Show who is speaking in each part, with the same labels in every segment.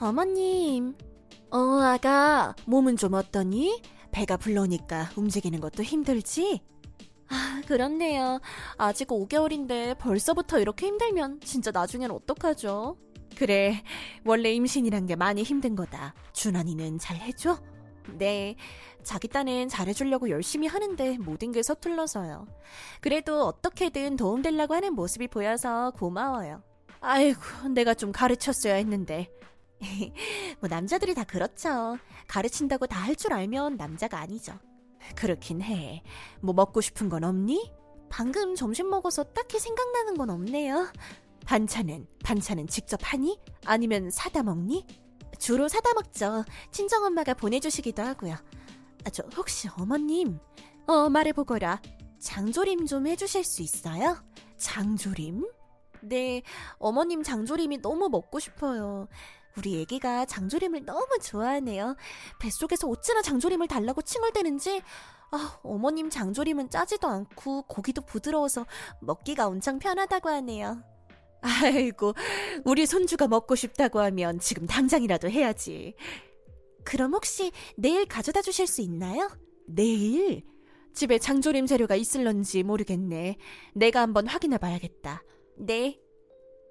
Speaker 1: 어머님. 어, 아가, 몸은 좀 어떠니? 배가 불러니까 움직이는 것도 힘들지? 아, 그렇네요. 아직 5개월인데 벌써부터 이렇게 힘들면 진짜 나중엔 어떡하죠? 그래, 원래 임신이란 게 많이 힘든 거다. 준환이는 잘 해줘? 네, 자기 딴엔 잘해주려고 열심히 하는데 모든 게 서툴러서요. 그래도 어떻게든 도움되려고 하는 모습이 보여서 고마워요. 아이고, 내가 좀 가르쳤어야 했는데. 뭐 남자들이 다 그렇죠. 가르친다고 다 할 줄 알면 남자가 아니죠. 그렇긴 해. 뭐 먹고 싶은 건 없니? 방금 점심 먹어서 딱히 생각나는 건 없네요. 반찬은 반찬은 직접 하니? 아니면 사다 먹니? 주로 사다 먹죠. 친정 엄마가 보내주시기도 하고요. 아, 저 혹시 어머님, 어 말해보거라. 장조림 좀 해주실 수 있어요? 장조림? 네, 어머님 장조림이 너무 먹고 싶어요. 우리 애기가 장조림을 너무 좋아하네요. 뱃속에서 어찌나 장조림을 달라고 칭얼대는지, 아, 어머님 장조림은 짜지도 않고 고기도 부드러워서 먹기가 엄청 편하다고 하네요. 아이고, 우리 손주가 먹고 싶다고 하면 지금 당장이라도 해야지. 그럼 혹시 내일 가져다 주실 수 있나요? 내일? 집에 장조림 재료가 있을런지 모르겠네. 내가 한번 확인해 봐야겠다. 네.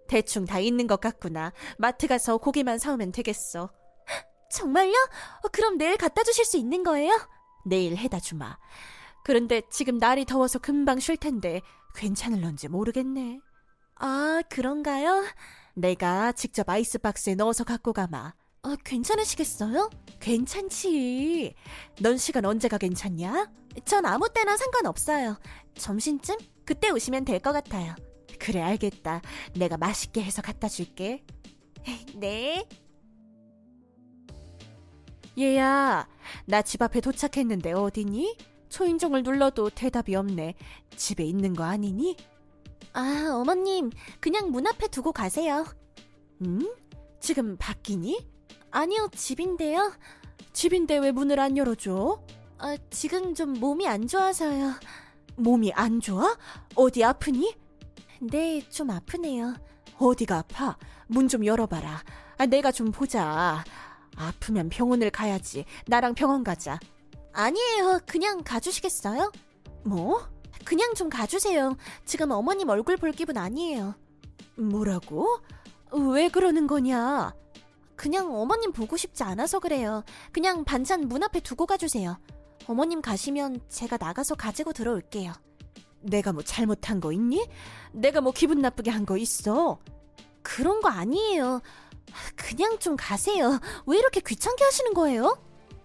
Speaker 1: 대충 다 있는 것 같구나. 마트 가서 고기만 사오면 되겠어. 정말요? 어, 그럼 내일 갖다 주실 수 있는 거예요? 내일 해다 주마. 그런데 지금 날이 더워서 금방 쉴 텐데 괜찮을런지 모르겠네. 아, 그런가요? 내가 직접 아이스박스에 넣어서 갖고 가마. 어, 괜찮으시겠어요? 괜찮지. 넌 시간 언제가 괜찮냐? 전 아무 때나 상관없어요. 점심쯤? 그때 오시면 될 것 같아요. 그래, 알겠다. 내가 맛있게 해서 갖다 줄게. 네. 얘야, 나 집 앞에 도착했는데 어디니? 초인종을 눌러도 대답이 없네. 집에 있는 거 아니니? 아, 어머님, 그냥 문 앞에 두고 가세요. 응? 지금 밖이니? 아니요, 집인데요. 집인데 왜 문을 안 열어줘? 아, 지금 좀 몸이 안 좋아서요. 몸이 안 좋아? 어디 아프니? 네, 좀 아프네요. 어디가 아파? 문 좀 열어봐라. 아, 내가 좀 보자. 아프면 병원을 가야지. 나랑 병원 가자. 아니에요. 그냥 가주시겠어요? 뭐? 그냥 좀 가주세요. 지금 어머님 얼굴 볼 기분 아니에요. 뭐라고? 왜 그러는 거냐? 그냥 어머님 보고 싶지 않아서 그래요. 그냥 반찬 문 앞에 두고 가주세요. 어머님 가시면 제가 나가서 가지고 들어올게요. 내가 뭐 잘못한 거 있니? 내가 뭐 기분 나쁘게 한 거 있어? 그런 거 아니에요. 그냥 좀 가세요. 왜 이렇게 귀찮게 하시는 거예요?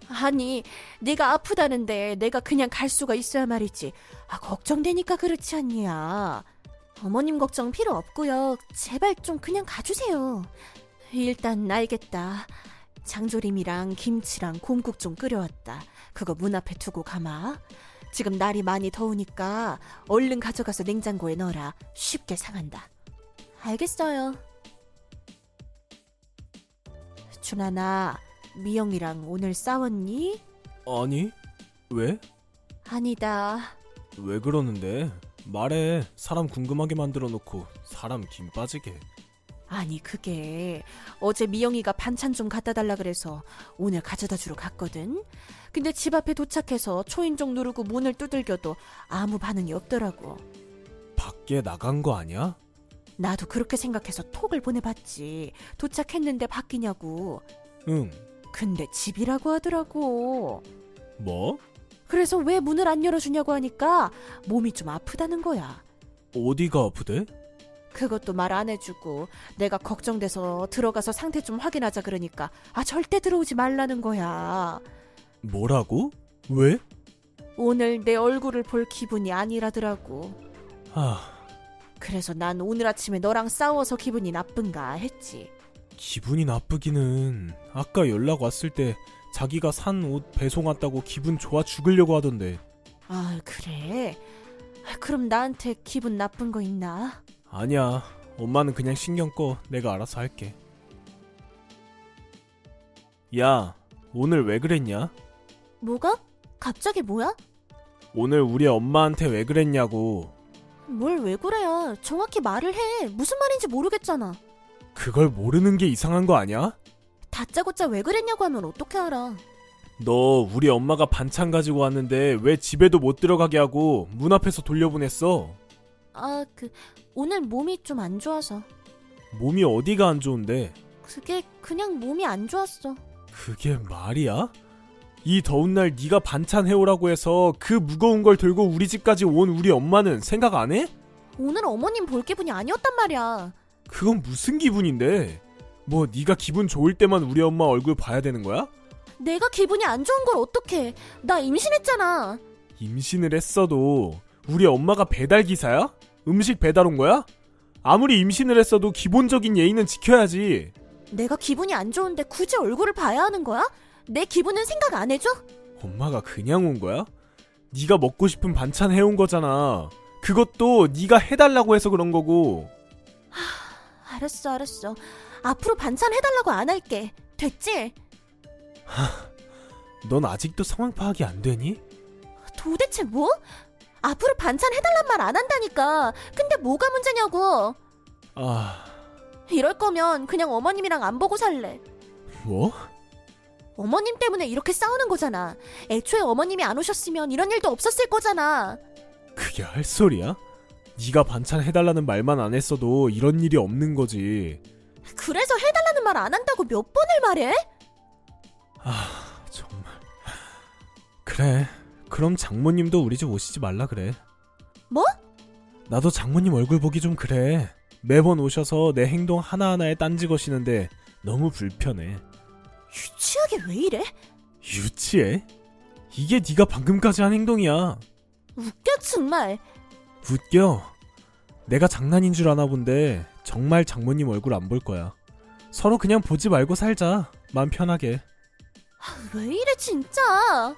Speaker 1: 아니, 네가 아프다는데 내가 그냥 갈 수가 있어야 말이지. 아, 걱정되니까 그렇지 않냐. 어머님 걱정 필요 없고요. 제발 좀 그냥 가주세요. 일단 알겠다. 장조림이랑 김치랑 곰국 좀 끓여왔다. 그거 문 앞에 두고 가마. 지금 날이 많이 더우니까 얼른 가져가서 냉장고에 넣어라. 쉽게 상한다. 알겠어요. 준하나, 미영이랑 오늘 싸웠니?
Speaker 2: 아니 왜?
Speaker 1: 아니다.
Speaker 2: 왜 그러는데? 말해 사람 궁금하게 만들어 놓고 사람 김 빠지게
Speaker 1: 아니 그게 어제 미영이가 반찬 좀 갖다 달라 그래서 오늘 가져다 주러 갔거든. 근데 집 앞에 도착해서 초인종 누르고 문을 두들겨도 아무 반응이 없더라고.
Speaker 2: 밖에 나간 거 아니야?
Speaker 1: 나도 그렇게 생각해서 톡을 보내봤지. 도착했는데 바뀌냐고.
Speaker 2: 응
Speaker 1: 근데 집이라고 하더라고.
Speaker 2: 뭐?
Speaker 1: 그래서 왜 문을 안 열어주냐고 하니까 몸이 좀 아프다는 거야.
Speaker 2: 어디가 아프대?
Speaker 1: 그것도 말 안 해주고 내가 걱정돼서 들어가서 상태 좀 확인하자 그러니까 아 절대 들어오지 말라는 거야.
Speaker 2: 뭐라고? 왜?
Speaker 1: 오늘 내 얼굴을 볼 기분이 아니라더라고.
Speaker 2: 아
Speaker 1: 그래서 난 오늘 아침에 너랑 싸워서 기분이 나쁜가 했지.
Speaker 2: 기분이 나쁘기는 아까 연락 왔을 때 자기가 산 옷 배송 왔다고 기분 좋아 죽으려고 하던데
Speaker 1: 아 그래? 아, 그럼 나한테 기분 나쁜 거 있나?
Speaker 2: 아니야 엄마는 그냥 신경 꺼 내가 알아서 할게 야 오늘 왜 그랬냐?
Speaker 1: 뭐가? 갑자기 뭐야?
Speaker 2: 오늘 우리 엄마한테 왜 그랬냐고.
Speaker 1: 뭘 왜 그래요? 정확히 말을 해. 무슨 말인지 모르겠잖아.
Speaker 2: 그걸 모르는 게 이상한 거 아니야?
Speaker 1: 다짜고짜 왜 그랬냐고 하면 어떻게 알아?
Speaker 2: 너 우리 엄마가 반찬 가지고 왔는데 왜 집에도 못 들어가게 하고 문 앞에서 돌려보냈어?
Speaker 1: 아, 그 오늘 몸이 좀 안 좋아서.
Speaker 2: 몸이 어디가 안 좋은데?
Speaker 1: 그게 그냥 몸이 안 좋았어.
Speaker 2: 그게 말이야? 이 더운 날 네가 반찬 해오라고 해서 그 무거운 걸 들고 우리 집까지 온 우리 엄마는 생각 안 해?
Speaker 1: 오늘 어머님 볼 기분이 아니었단 말이야.
Speaker 2: 그건 무슨 기분인데? 뭐 네가 기분 좋을 때만 우리 엄마 얼굴 봐야 되는 거야?
Speaker 1: 내가 기분이 안 좋은 걸 어떡해. 나 임신했잖아.
Speaker 2: 임신을 했어도 우리 엄마가 배달 기사야? 음식 배달 온 거야? 아무리 임신을 했어도 기본적인 예의는 지켜야지.
Speaker 1: 내가 기분이 안 좋은데 굳이 얼굴을 봐야 하는 거야? 내 기분은 생각 안 해줘?
Speaker 2: 엄마가 그냥 온 거야? 네가 먹고 싶은 반찬 해온 거잖아. 그것도 네가 해달라고 해서 그런 거고.
Speaker 1: 알았어, 알았어. 앞으로 반찬 해달라고 안 할게. 됐지?
Speaker 2: 넌 아직도 상황 파악이 안 되니?
Speaker 1: 도대체 뭐? 앞으로 반찬 해달란 말 안 한다니까. 근데 뭐가 문제냐고.
Speaker 2: 아,
Speaker 1: 이럴 거면 그냥 어머님이랑 안 보고 살래.
Speaker 2: 뭐?
Speaker 1: 어머님 때문에 이렇게 싸우는 거잖아. 애초에 어머님이 안 오셨으면 이런 일도 없었을 거잖아.
Speaker 2: 그게 할 소리야? 네가 반찬 해달라는 말만 안 했어도 이런 일이 없는 거지.
Speaker 1: 그래서 해달라는 말 안 한다고 몇 번을 말해?
Speaker 2: 아, 정말. 그래. 그럼 장모님도 우리 집 오시지 말라 그래.
Speaker 1: 뭐?
Speaker 2: 나도 장모님 얼굴 보기 좀 그래. 매번 오셔서 내 행동 하나하나에 딴지 거시는데 너무 불편해.
Speaker 1: 유치하게 왜 이래?
Speaker 2: 유치해? 이게 네가 방금까지 한 행동이야.
Speaker 1: 웃겨 정말.
Speaker 2: 웃겨. 내가 장난인 줄 아나 본데 정말 장모님 얼굴 안 볼 거야. 서로 그냥 보지 말고 살자. 마음 편하게.
Speaker 1: 왜 이래 진짜?